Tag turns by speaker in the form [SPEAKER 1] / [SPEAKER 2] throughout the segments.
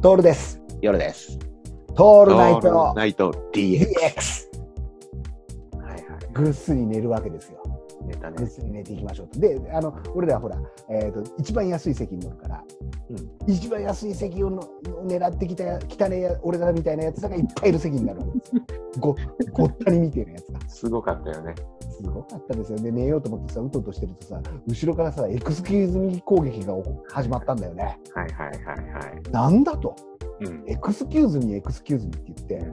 [SPEAKER 1] トールです。
[SPEAKER 2] 夜です。
[SPEAKER 1] ト
[SPEAKER 2] オ
[SPEAKER 1] ールナイト
[SPEAKER 2] ナイト DX。
[SPEAKER 1] DX。
[SPEAKER 2] はいは
[SPEAKER 1] ぐっすり寝るわけですよ。
[SPEAKER 2] い。ネタ
[SPEAKER 1] ぐっ
[SPEAKER 2] ね。
[SPEAKER 1] すり寝ていきましょうと。で、あの、俺らほら、えっ、と、一番安い席に乗るから、
[SPEAKER 2] う
[SPEAKER 1] 一番安い席をのを狙ってきた、汚ねえ俺らみたいなやつらがいっぱいいる席になるわけですよ。ごごったに見てるやつが。
[SPEAKER 2] すごかったよね。
[SPEAKER 1] すごかったですよね。寝ようと思ってさ、うとうとしてるとさ、後ろからさ、エクスキューズミー攻撃が始まったんだよね。
[SPEAKER 2] はいはいはいはい。
[SPEAKER 1] なんだと。
[SPEAKER 2] うん。
[SPEAKER 1] エクスキューズミー、エクスキューズミーって言って、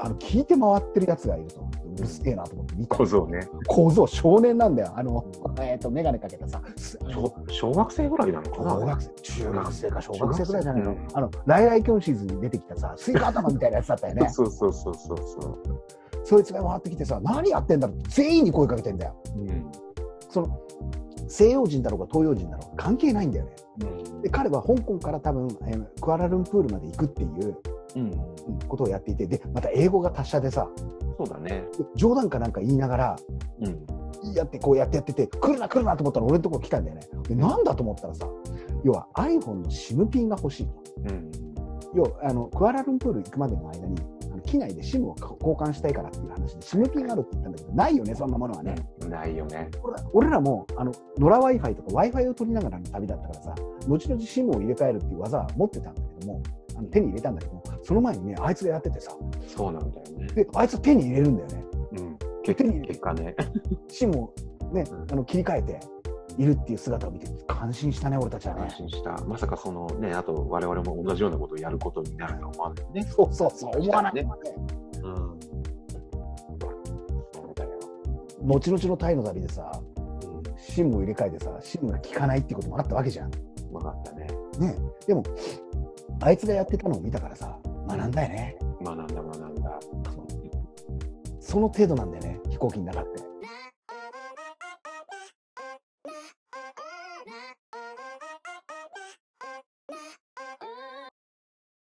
[SPEAKER 1] あの聞いて回ってるやつがいると、うるせえなと思って見た
[SPEAKER 2] 小僧ね。
[SPEAKER 1] 構造、少年なんだよ、あの、えっ、と、眼鏡かけたさ、すあの
[SPEAKER 2] 小小学生ぐらいなのかな。
[SPEAKER 1] 小学生、中学生か小学生
[SPEAKER 2] 中学生
[SPEAKER 1] ぐらいじゃないの、
[SPEAKER 2] うん
[SPEAKER 1] あの、ライライキョンシーズンに出てきたさ、スイカ頭みたいなやつだったよ ね、
[SPEAKER 2] そうそうそうそうそう。
[SPEAKER 1] そいつが回ってきてさ、何やってんだろうって全員に声かけてんだよ、
[SPEAKER 2] うん。
[SPEAKER 1] その西洋人だろうが東洋人だろうが関係ないんだよね、
[SPEAKER 2] うん
[SPEAKER 1] で彼は香港から多分、えークアラルンプールまで行くっていう
[SPEAKER 2] うん。
[SPEAKER 1] うんことをやっていて、で、また英語が達者でさ、
[SPEAKER 2] そうだね。
[SPEAKER 1] で冗談かなんか言いながら、
[SPEAKER 2] うん。
[SPEAKER 1] やってこうやってやってて来るな来るなと思ったら俺のところ来たんだよねでなんだと思ったらさ要は iPhone の SIM ピンが欲しいと
[SPEAKER 2] うん。
[SPEAKER 1] 要はあのクアラルンプール行くまでの間にあの機内で SIM を交換したいからっていう話で SIM ピンがあるって言ったんだけどないよねそんなものはね
[SPEAKER 2] ないよね。
[SPEAKER 1] 俺ら俺らもあの野良 w i f i とか w i f i を取りながらの旅だったからさ後々 SIM を入れ替えるっていう技は持ってたんだけどもあの手に入れたんだけどもその前にねあいつがやっててさ
[SPEAKER 2] そうなんだよね。
[SPEAKER 1] であいつ手に入れるんだよね
[SPEAKER 2] うん。結
[SPEAKER 1] 手に入れ
[SPEAKER 2] 結果ね。
[SPEAKER 1] シムを、ね
[SPEAKER 2] うん
[SPEAKER 1] あの切り替えているっていう姿を見て感心したね俺たちはね
[SPEAKER 2] 安。心した。まさかそのね、あと我々も同じようなことをやることになるとは思わないよね。
[SPEAKER 1] そうそうそう思わない、ね
[SPEAKER 2] ね、うん。そうだよ。
[SPEAKER 1] 後々のタイの旅でさ
[SPEAKER 2] うん。
[SPEAKER 1] シムを入れ替えてさシムが効かないってこともあったわけじゃん。
[SPEAKER 2] うまかったね。
[SPEAKER 1] ねでもあいつがやってたのを見たからさ学んだよね
[SPEAKER 2] 学んだ学んだ。
[SPEAKER 1] その程度なんだよね飛行機の中って。